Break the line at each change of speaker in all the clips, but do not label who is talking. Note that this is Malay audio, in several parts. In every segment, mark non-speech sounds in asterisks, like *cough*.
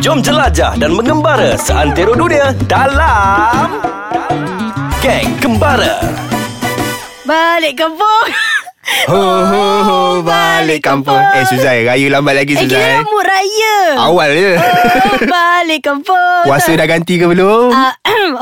Jom jelajah dan mengembara seantero dunia dalam Geng Kembara.
Balik kampung. Oh,
Ho ho ho Balik kampung Eh Suzai Raya lambat lagi
Eh,
Suzai
kita mood raya. Oh,
Awal je
Balik kampung.
Puasa dah ganti ke belum?
Uh,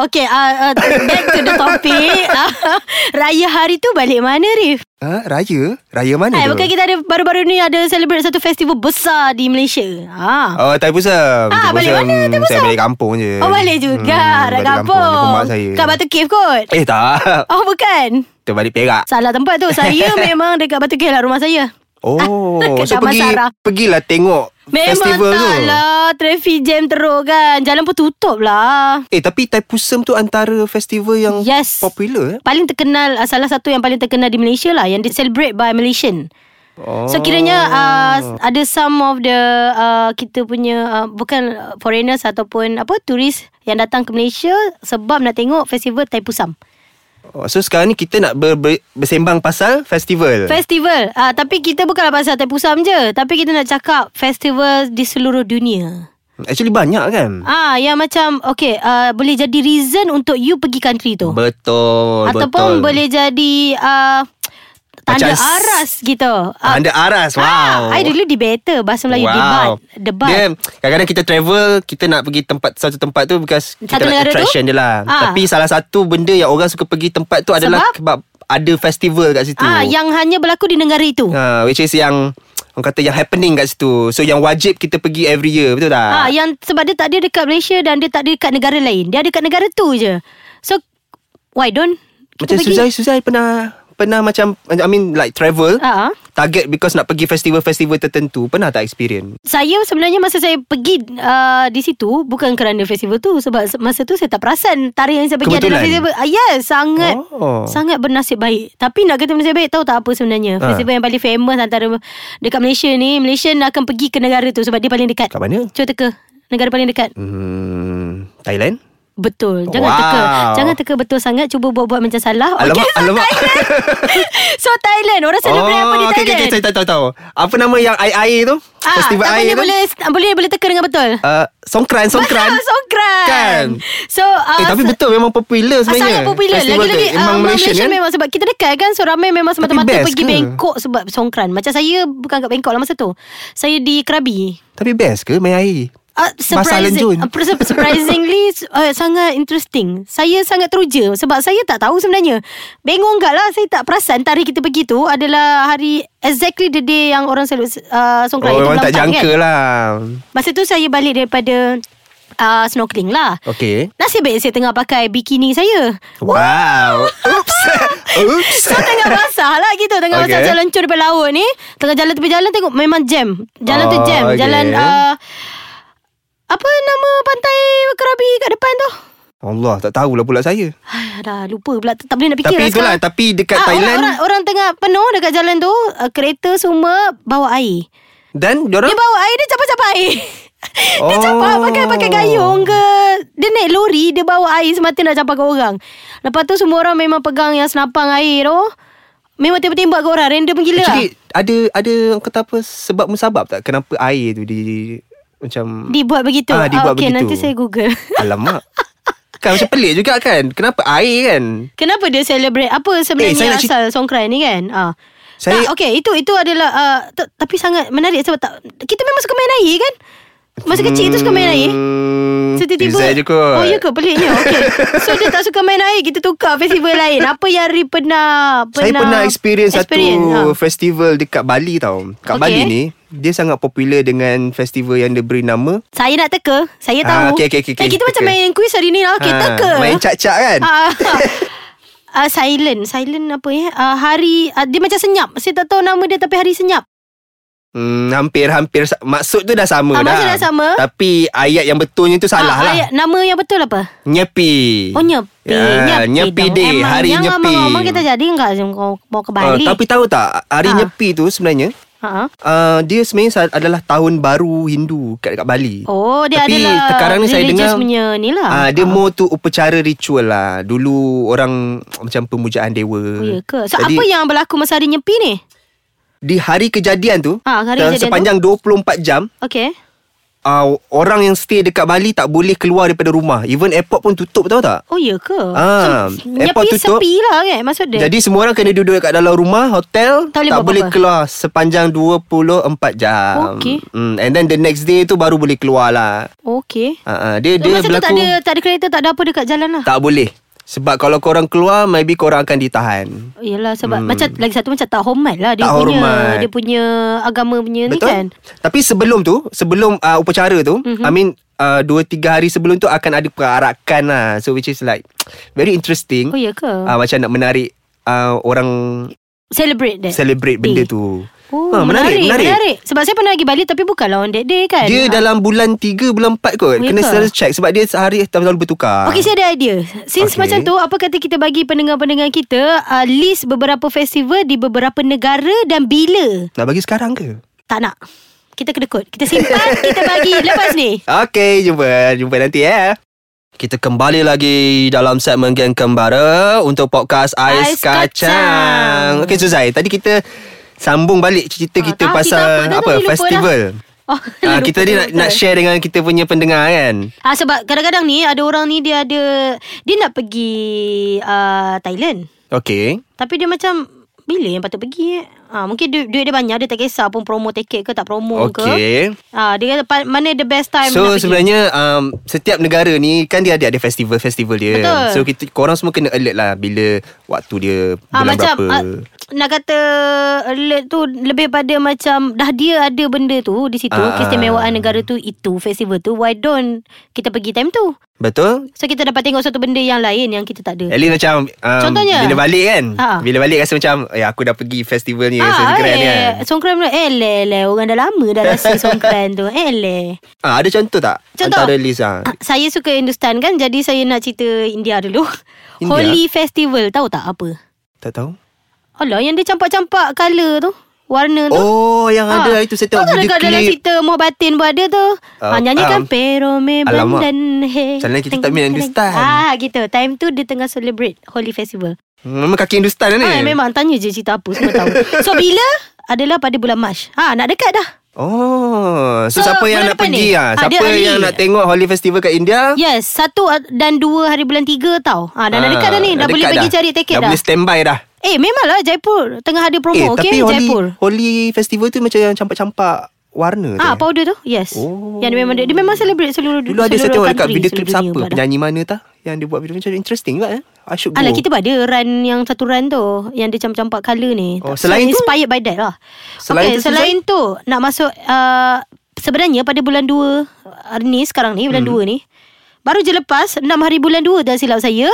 *clears throat* okay, uh, uh, back to the
*laughs*
topic. Uh, raya hari tu balik mana, Rif?
Ha? Raya? Raya mana
Hai,
tu?
bukan kita ada baru-baru ni ada celebrate satu festival besar di Malaysia. Ha.
Oh Thai Pusam
Ah,
Thai
balik
Pusam.
mana Thai
Saya
Pusam?
balik kampung je
Oh, balik juga. Hmm,
balik
Kat kampung.
Jumpa mak saya
Kat Batu Cave kot.
Eh tak *laughs*
Oh, bukan.
Kita balik Perak
Salah tempat tu.
*laughs*
Saya memang dekat Batu Cave lah rumah saya.
Oh
Kat
So
Taman
pergi
Sarah.
Pergilah tengok
Memang
Festival
tak
tu
lah Traffic jam teruk kan Jalan pun tutup lah
Eh tapi Thai Pusam tu antara festival yang
Yes.
popular eh?
Paling terkenal uh, Salah satu yang paling terkenal di Malaysia lah Yang di celebrate by Malaysian
Oh.
So kiranya uh, ada some of the uh, kita punya uh, bukan foreigners ataupun apa turis yang datang ke Malaysia sebab nak tengok festival Thai Pusam.
Oh, So sekarang ni kita nak ber, ber, bersembang pasal festival
Festival. Uh, tapi kita bukanlah pasal Thai Pusam je, tapi kita nak cakap festival di seluruh dunia.
Actually banyak kan
Ah, yang macam okay, uh, boleh jadi reason untuk you pergi country tu. Oh.
Betul
Ataupun
betul.
boleh jadi uh, Tanda
Macam s-
aras gitu Ah,
Anda aras Wow
ah, I dulu debater Bahasa Melayu debat Debat
Dia, kadang-kadang kita travel Kita nak pergi tempat Satu tempat tu Because kita
Satu
nak
negara tu?
attraction je lah
Ah.
Tapi salah satu benda Yang orang suka pergi tempat tu Adalah
Sebab?
sebab Ada festival kat situ
ah, Yang hanya berlaku di negara itu
Ah, Which is yang Orang kata yang happening kat situ So yang wajib kita pergi every year Betul tak?
ah, Yang sebab dia tak ada dekat Malaysia Dan dia tak ada dekat negara lain Dia ada dekat negara tu je So Why don't
macam
kita pergi?
Suzai Suzai pernah Pernah macam I mean like travel
Ah.
Target because nak pergi festival-festival tertentu Pernah tak experience?
Saya sebenarnya masa saya pergi uh, di situ bukan kerana festival tu sebab se- masa tu saya tak perasan tarikh yang saya pergi
Kebetulan?
adalah festival. Uh, yes, sangat
Oh.
oh. sangat bernasib baik. Tapi nak kata bernasib baik tahu tak apa sebenarnya.
Ha.
Festival yang paling famous antara dekat Malaysia ni, Malaysian akan pergi ke negara tu sebab dia paling dekat.
Kat mana?
Cuba teka. Negara paling dekat.
Hmm, Thailand?
Betul. Jangan
Wow.
teka. Jangan teka betul sangat. Cuba buat-buat macam salah.
Alamak,
Okay, so
alamak. *laughs*
Thailand. so Thailand. Orang celebrate apa di
Oh, okay, okay,
Thailand?
okay, saya tahu, tahu, tahu. Apa nama yang air air tu?
Ah,
Festival
tak
air
boleh,
tu?
boleh, boleh, boleh teka dengan betul.
Uh, songkran,
*laughs*
songkran.
Betul, Songkran.
Kan?
So, uh,
eh, tapi
se-
betul memang popular
Ah,
sebenarnya.
Sangat popular
Festival
Lagi-lagi
tu. Memang
uh,
Malaysia,
Malaysia
kan?
memang Sebab kita dekat kan So ramai memang semata-mata
best
Pergi
ke?
Bangkok Sebab songkran Macam saya Bukan kat Bangkok lah masa tu Saya di Krabi
Tapi best ke main air?
Uh,
Basah lenjun.
surprising, uh, sur-
*laughs*
surprisingly uh, sangat interesting. Saya sangat teruja sebab saya tak tahu sebenarnya. Bengong gak lah saya tak perasan tarikh kita pergi tu adalah hari exactly the day yang orang selalu uh, songkran
Oh,
Itu kan?
memang tak
Kelantan,
jangka lah.
Masa tu saya balik daripada uh, snorkeling lah.
Okay.
Nasib baik saya tengah pakai bikini saya.
Wow. Oops.
*laughs*
Oops.
So tengah
*laughs*
basah lah gitu Tengah
Okay.
okay. basah Saya lencur daripada laut ni Tengah jalan tepi jalan Tengok memang jam Jalan tu
Oh,
jam
okay.
Jalan uh, Apa nama pantai Kerabi kat depan tu
Allah, tak tahulah pula saya.
Ay, Dah lupa pula Tak tak boleh nak fikir
tapi
lah
itulah,
sekarang.
tapi dekat
Ah,
Thailand
orang, orang, orang tengah penuh dekat jalan tu uh, Kereta semua bawa air
dan diorang
Dia bawa air Dia capak-capak air *laughs* Dia
Oh.
capak pakai, pakai gayung ke Dia naik lori Dia bawa air Semata nak capak ke orang Lepas tu semua orang Memang pegang yang senapang air tu Memang tembak-tembak ke orang Random gila lah.
Actually, ada ada orang kata apa sebab musabab tak kenapa air tu di macam
Dibuat begitu
Ah, dibuat
okay,
begitu.
nanti saya google *laughs*
Alamak. kan macam pelik juga kan. Kenapa air kan?
Kenapa dia celebrate Apa
Eh, saya
sebenarnya
nak
eh, asal songkran ni kan ah.
Saya-
Saya, tak, okay, itu itu adalah uh, t- Tapi sangat menarik sebab tak, Kita memang suka main air kan Masa kecil itu suka main air
Hmm,
So tiba-tiba
Izzat je kot.
Oh ya ke peliknya okay. So dia tak suka main air Kita tukar festival lain Apa yang Ri pernah, pernah
Saya pernah experience,
experience,
satu
ah.
festival dekat Bali tau.
Okay.
Kat Bali ni, dia sangat popular dengan festival yang dia beri nama
Saya nak teka Saya
Ah,
tahu
okey, okey, okey,
Eh, Kita
okey.
macam main quiz hari ni lah Okay
Ah,
teka
Main cak-cak kan?
Ah, *laughs* ah, silent Silent apa ya ah, Hari ah, Dia macam senyap Saya tak tahu nama dia Tapi hari senyap
Hmm, hampir-hampir sa- maksud tu dah
Ah,
sama dah.
maksud dah sama.
Tapi ayat yang betulnya tu salah
Ah,
lah.
ayat- Nama yang betul apa
Nyepi.
Oh nyepi
Ya, nyepi
dong.
day,
Emang
hari
yang
nyepi.
Abang-abang kita jadi enggak Kau bawa ke
Ah,
Bali
tapi tahu tak, hari
Ah.
nyepi tu sebenarnya
Ha-ha.
Uh, dia sebenarnya sa- adalah tahun baru Hindu kat dekat Bali.
Oh, dia
Tapi
adalah
sekarang ni saya
religious
dengar
punya ni lah.
Uh, dia
Ah.
more tu upacara ritual lah. Dulu orang macam pemujaan dewa.
Oh, ya ke? So
Jadi,
apa yang berlaku masa hari nyepi ni?
di hari kejadian tu
Ah, hari
dan
kejadian
sepanjang 24 jam
Okay.
uh, orang yang stay dekat Bali tak boleh keluar daripada rumah. Even airport pun tutup tahu tak?
Oh ya ke?
Ah, airport
nyapi
tutup.
sepi lah kan maksud dia.
Jadi semua orang kena duduk kat dalam rumah Hotel
Tak boleh
tak
buat
boleh
apa-apa. Oh,
keluar Sepanjang 24 jam
Okey.
mm, And then the next day tu Baru boleh keluar lah
Okey.
uh, uh,
So,
Dia, dia
masa
berlaku
tu tak ada tak ada kereta tak ada apa dekat jalan lah.
tak boleh Sebab kalau korang keluar Maybe korang akan ditahan
Yelah sebab hmm. macam lagi satu macam tak hormat lah dia punya
Tak hormat.
dia punya agama punya ni kan. Mhm.
Tapi sebelum tu Sebelum uh, upacara tu mm-hmm. I mean uh, Dua tiga hari sebelum tu Akan ada perarakan lah So which is like Very
Oh
interesting
ya ke?
uh, Macam nak menarik uh, Orang
Celebrate that.
Celebrate benda tu
Oh,
Ha,
menarik, menarik, menarik. Sebab saya pernah pergi Bali tapi bukanlah on that day kan.
Dia
Ah.
dalam bulan 3 bulan 4
Oh,
kot
ya
Kena
ke?
selalu check Sebab dia sehari Tahun-tahun bertukar
Okey, saya ada idea. Since okay.
Okey.
macam tu, apa kata kita bagi pendengar-pendengar kita uh, list beberapa festival di beberapa negara dan bila?
Nak bagi sekarang ke?
Tak nak. Kita kedekut. Kita
*laughs*
simpan, kita bagi lepas ni.
Okey, jumpa jumpa nanti ya. Kita kembali lagi dalam segmen Geng Kembara untuk podcast Ais,
Ais
Kacang.
Kacang.
Okey Suzai, tadi kita sambung balik cerita
Ah,
kita
tak,
pasal
kita apa, dah
apa,
tadi lupa
festival.
Oh, *laughs* lupa
Ah, kita ni nak,
betul.
nak share dengan kita punya pendengar kan.
Ah sebab kadang-kadang ni ada orang ni dia ada dia nak pergi uh, Thailand.
Okey.
Tapi dia macam bila yang patut pergi eh? Ah mungkin du- duit dia banyak dia tak kisah pun promo tiket ke tak promo ke.
Okey.
Ah dia kata pa- mana the best time
So
nak pergi.
sebenarnya um, Setiap negara ni Kan dia ada ada festival-festival dia
Betul.
So kita, korang semua kena alert lah Bila waktu dia
Ah,
Bulan
macam
berapa
ah, nak kata alert tu lebih pada macam dah dia ada benda tu di situ
Ah.
keistimewaan negara tu itu festival tu why don't kita pergi time tu
Betul?
so kita dapat tengok satu benda yang lain yang kita tak ada
At least macam um,
Contohnya?
Bila balik kan
Ha.
Bila balik rasa macam eh, Aku dah pergi festival ni Rasa
Ah,
keren
eh,
kan
Songkran pula Eh leh leh Orang dah lama dah
*laughs*
rasa songkran tu Eh leh
ha, Ada contoh tak?
Contoh?
Antara list ha.
Ah, Saya suka Hindustan kan Jadi saya nak cerita India dulu
*laughs* India?
Holi Festival Tahu tak apa?
Tak tahu
Alah yang dia campak-campak colour tu Warna tu
Oh yang
Ah,
ada itu Saya
Tahu
tengok
tak
video
dekat dalam
klip
cerita Muah Batin pun ada tu uh,
Ah,
Nyanyikan
um,
um, Pero me
alamak.
bandan he
Macam mana kita
Teng-
tak main Hindustan?
Ah gitu Time tu dia tengah celebrate Holi Festival
Memang kaki Hindustan kan ni
ah, Memang tanya je cerita apa Semua
*laughs*
tahu So bila Adalah pada bulan March ha, Nak dekat dah
Oh
So,
So, siapa
bulan
yang nak
depan
pergi
ni?
ha?
Ah,
Siapa
dia early.
yang nak tengok Holi Festival kat India
Yes Satu dan dua hari bulan tiga tau ha, Dah nak dekat dah ni Dah
Ah, dekat
boleh pergi cari tiket
dah
dah,
boleh standby dah
Eh memanglah Jaipur Tengah ada promo
Eh
okay,
tapi Holi
Jaipur
Holi festival tu macam yang campak-campak warna tu
Ah
eh.
powder tu Yes
Oh.
Yang dia memang dia, dia memang celebrate seluruh
Dulu ada saya
seluruh
tengok dekat
country,
video klip
seluruh
siapa
dunia pula dah.
Penyanyi mana tah Yang dia buat video macam interesting juga eh Asyuk go
Alah kita pun ada run yang satu run tu Yang dia campak-campak colour ni
Oh, selain
so,
tu?
Inspired by that lah
Selain
Okay,
tu,
Selain tu Nak masuk uh, Sebenarnya pada bulan 2 Ni sekarang ni
Hmm.
Bulan 2 ni Baru je lepas 6 hari bulan 2 dah silap saya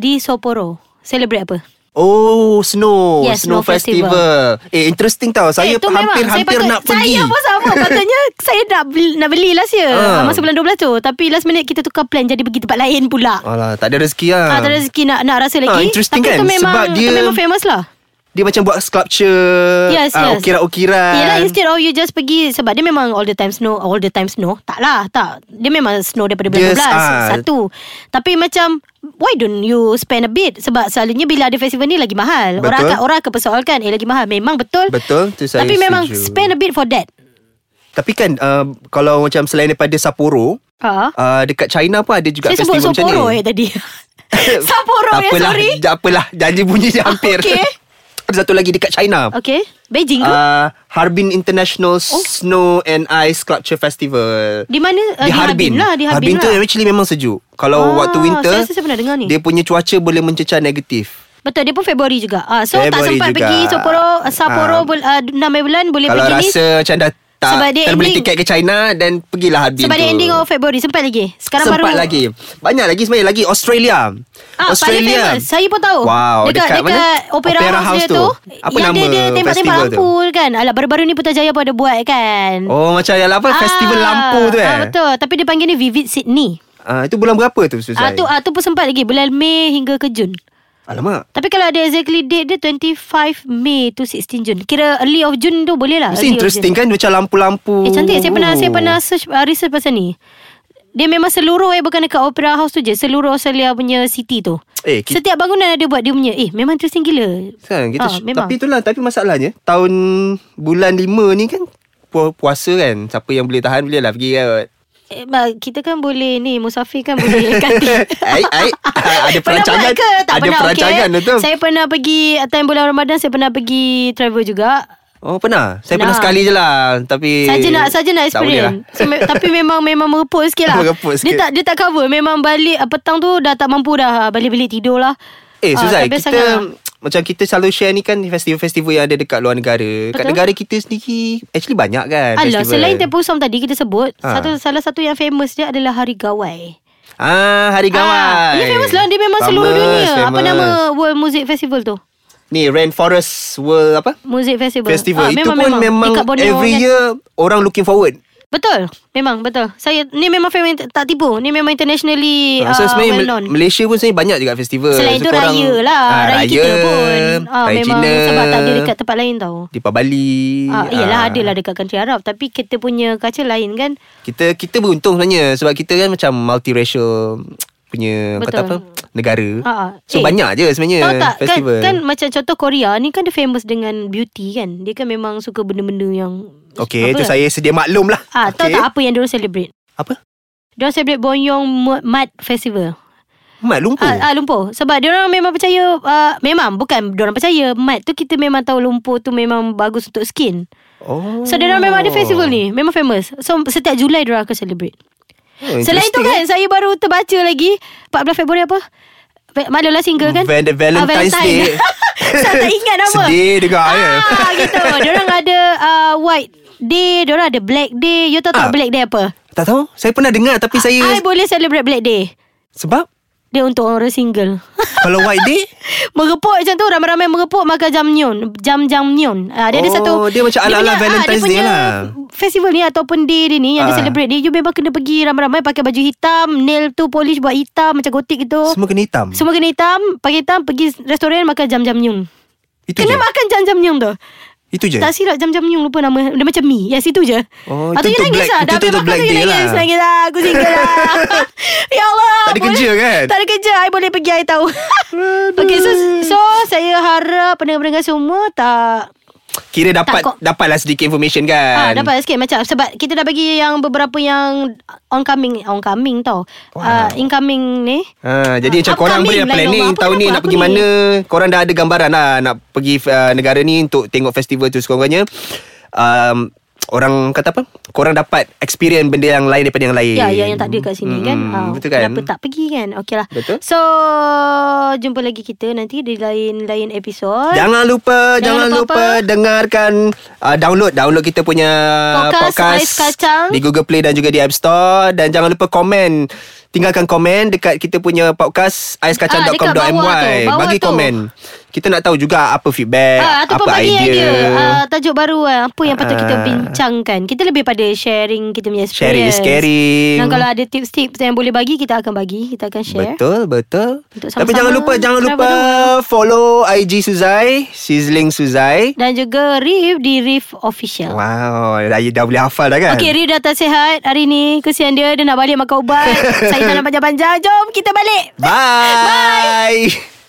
Di Sapporo Celebrate apa?
Oh snow
Yes, snow
Snow festival. Eh interesting tau Saya
tu memang. Saya
hampir-hampir
patut-
nak pergi
Saya pun
*laughs*
sama Patutnya saya nak beli, nak beli last year uh.
Ah.
Masa bulan 12 tu Tapi last minute kita tukar plan Jadi pergi tempat lain pula uh.
Alah tak ada rezeki lah
Ah, tak ada rezeki nak, nak rasa lagi
interesting
Tapi
kan?
tu memang,
Sebab dia-
tu memang famous lah
Dia macam buat sculpture
Yes,
ah,
yes.
Ukiran-ukiran
Yelah instead of you just pergi Sebab dia memang all the time snow All the time snow Tak lah tak Dia memang snow daripada bulan
Yes,
12
ah.
Satu Tapi macam Why don't you spend a bit Sebab selalunya bila ada festival ni lagi mahal
Betul.
Orang akan, orang akan persoalkan Eh lagi mahal Memang betul
Betul, tu saya
Tapi memang
setuju.
spend a bit for that
Tapi kan uh, Kalau macam selain daripada Sapporo
Ah.
uh, Dekat China pun ada juga
Saya sebut
festival macam ni
Sapporo
*laughs*
eh tadi Sapporo
tak
ya
apalah,
sorry
Tak apalah Janji bunyi je hampir
okey.
*laughs* Ada satu lagi dekat China
Okay Oh. Beijing ke? Uh,
uh, Harbin International Snow and Ice Sculpture Festival
di mana? Uh,
di Harbin
lah Di Harbin,
Harbin tu
lah
actually memang sejuk Kalau
Ah,
waktu winter
saya rasa saya pernah dengar ni.
Dia punya cuaca boleh mencecah negatif
Betul dia pun Februari juga ah, So tak
Februari
sempat
juga.
pergi Sapporo Sapporo
Ah.
bul- uh, 6 bulan Boleh
Kalau
pergi ni
rasa macam dah tak
sebab dia
Tak beli
ending-
tiket ke China Dan pergilah Harbin
Sebab
tu
dia ending of Februari Sempat lagi Sekarang
Sempat
baru
lagi Banyak lagi sebenarnya Lagi Australia
Ah,
Australia
Australia. famous. Saya pun tahu.
Wow
dekat
Dekat,
dekat
mana?
Opera, House, dia tu.
Apa
yang
nama
dia, dia tembak-tembak
festival tu?
lampu kan. Alah baru-baru ni Putrajaya pun ada buat kan.
Oh macam yang apa Festival lampu tu eh
Ah, betul. Tapi dia panggil ni Vivid Sydney.
Ah, itu bulan berapa
Ah
tu Suzai?
tu ah tu pun sempat lagi bulan Mei hingga ke Jun.
Alamak.
Tapi kalau ada exactly date dia 25 Mei to 16 Jun. Kira early of June tu boleh lah.
Mesti
early of
interesting Oh.
June.
kan Macam lampu-lampu
Eh cantik saya pernah saya pernah search uh, research pasal ni. Dia memang seluruh eh bukan dekat Opera House tu je, seluruh Australia punya city tu.
Eh kita
Setiap bangunan ada buat dia punya. Eh memang interesting gila.
kan kita
Ah, memang.
Tapi itulah Tapi masalahnya Tahun Bulan 5 ni kan pu- puasa kan Siapa yang boleh tahan Boleh lah pergi
*laughs*
kot
Eh, bah, kita kan boleh ni Musafir kan boleh
*laughs*
kati
Ai, ai. Ah, Ada
*laughs* Pernah
perancangan
buat ke? Tak
Ada
pernah,
perancangan lah
okay.
betul
Saya pernah pergi Time bulan Ramadan Saya pernah pergi travel juga
Oh pernah Saya
Pernah.
pernah sekali je lah Tapi
Saja nak saja nak
tak boleh lah.
experience. So,
*laughs*
me- tapi memang memang mereput sikit lah.
Mereput sikit.
Dia tak dia tak cover. Memang balik uh, petang tu dah tak mampu dah. Balik-balik tidur lah. Ah,
Eh Suzai
tak biasa
Kita Macam kita selalu share ni kan Festival-festival yang ada Dekat luar negara Kat
Betul.
negara kita sendiri Actually banyak kan
Alah,
festival.
selain Tempoh Usam tadi kita sebut,
Ah.
satu salah satu yang famous dia adalah Hari Gawai.
Ah, Hari Gawai
Ah, dia famous lah. Dia memang
Famous,
seluruh dunia. Apa
famous.
nama World Music Festival tu?
Ni Rainforest World apa
Music Festival.
Festival
Ah,
Itu pun memang,
Dekat Borneo
Every
kan.
year Orang looking forward
Betul. Memang betul. Saya ni memang famous tak tipu. Ni memang internationally
Ah, So
ah,
sebenarnya
well
well
known.
Malaysia pun sebenarnya banyak juga festival
Selain tu
so, korang-
raya lah
Ah,
Raya, raya kita pun ah,
Raya
Memang
Cina
sebab tak ada dekat tempat lain tau
Di Bali
ah, Yelah ada lah dekat country Arab Tapi kita punya kaca lain kan
Kita kita beruntung sebenarnya sebab kita kan macam multiracial punya Betul.
Betul.
kata apa negara.
Ah, ah.
So
Eh,
eh, banyak je sebenarnya
Tahu tak kan,
festival.
kan macam contoh Korea Ni kan dia famous dengan beauty kan Dia kan memang suka benda-benda yang
Okey, itu
kan?
saya sedia maklum lah.
ah, Tahu
Okey.
tak apa yang diorang celebrate
Apa?
Diorang celebrate Bonyong Mu- Mud Festival
Mat lumpur.
Ah, ah lumpur sebab dia orang memang percaya ah, memang bukan dia orang percaya mat tu kita memang tahu lumpur tu memang bagus untuk skin.
oh.
So dia orang memang ada festival ni Memang famous So setiap Julai dia orang akan celebrate
Oh,
Selain itu kan Saya baru terbaca lagi 14 Februari apa Ve- Madalah single kan
Val- Valentine's
Ah,
Day.
*laughs* Saya tak ingat nama
Sedih juga
ah,
ya.
gitu Diorang ada uh, White Day Diorang ada Black Day You tahu tak
Ah.
Black Day apa
Tak tahu. Saya pernah dengar tapi saya
Ah, I boleh celebrate Black Day
sebab
Dia untuk orang single *laughs*
kalau white day
Merepuk macam tu Ramai-ramai merepuk Makan jamnyon Jam-jamnyon ah, Dia ada
Oh,
satu
dia macam ala-ala
punya- ah, dia
Valentine's
punya
Day lah.
Festival ni Ataupun day dia ni Yang dia
Ah.
celebrate ni You memang kena pergi Ramai-ramai pakai baju hitam Nail tu polish buat hitam Macam gotik gitu
semua kena hitam.
Semua kena hitam Pakai hitam Pergi restoran makan jam-jamnyon
itu
Kena
je.
makan jam-jamnyon tu
Itu je.
Tak silap jam-jamnyon Lupa nama Dia macam mi Yang situ je
Oh,
Lepas tu
itu
you nangis
untuk Black-
lah
itu
Dah
untuk
habis makan
Black
tu you
Day
nangis
lah.
Nangis lah Aku single
*laughs*
lah Ya Allah
Tak ada
boleh-
kerja kan?
Tak ada kerja I boleh pergi I tahu *laughs* Okay so So saya harap Pendengar-pendengar semua Tak
Kira dapat
Tak, kok-
dapatlah sedikit information
ha,
kan.
Dapat sikit Macam sebab Kita dah bagi yang Beberapa yang Oncoming Oncoming tau uh, Incoming ni
Ha, jadi macam
Upcoming
korang boleh
lah,
planning
Nova. Apa
tahun ni
kenapa
nak
aku
pergi
ni?
mana. Korang dah ada gambaran lah nak pergi uh, negara ni untuk tengok festival tu sekurang-kurangnya. Um, orang kata apa? Korang dapat experience benda yang lain daripada yang lain.
Ya, ya yang tak ada kat sini mm, kan.
Mm,
Ah,
betul kan?
Kenapa tak pergi kan? Okey lah.
Betul.
So, jumpa lagi kita nanti di lain-lain episod.
Jangan lupa
Jangan
Jangan,
lupa
lupa,
apa?
Dengarkan uh, Download Download kita punya
Podcast
Podcast
Ais Kacang.
Di Google Play dan juga di App Store Dan jangan lupa komen Tinggalkan komen Dekat kita punya podcast
Ah, dekat
Aiskacang.com.my
bawah tu, bawah
Bagi
tu.
komen Kita nak tahu juga Apa feedback
Ah, ataupun
Eh, Apa
bagi
idea,
idea, ah, tajuk baru ah, apa yang patut kita
Ah.
bincangkan. Kita lebih pada sharing kita punya
Sharing
experience.
is caring.
Dan kalau ada tips-tips yang boleh bagi, kita akan bagi, kita akan share.
Betul Betul
Untuk
Tapi
sama-sama
jangan lupa Jangan lupa Follow IG Suzai Sizzling Suzai
Dan juga Rif di Rif Official.
Wow Dah, dah boleh hafal dah kan
Okey, Rif datang sihat hari ni. Kesian
*laughs*
dia, dia nak balik makan ubat. Saya tak nak panjang-panjang. Jom kita balik.
*laughs* Bye Bye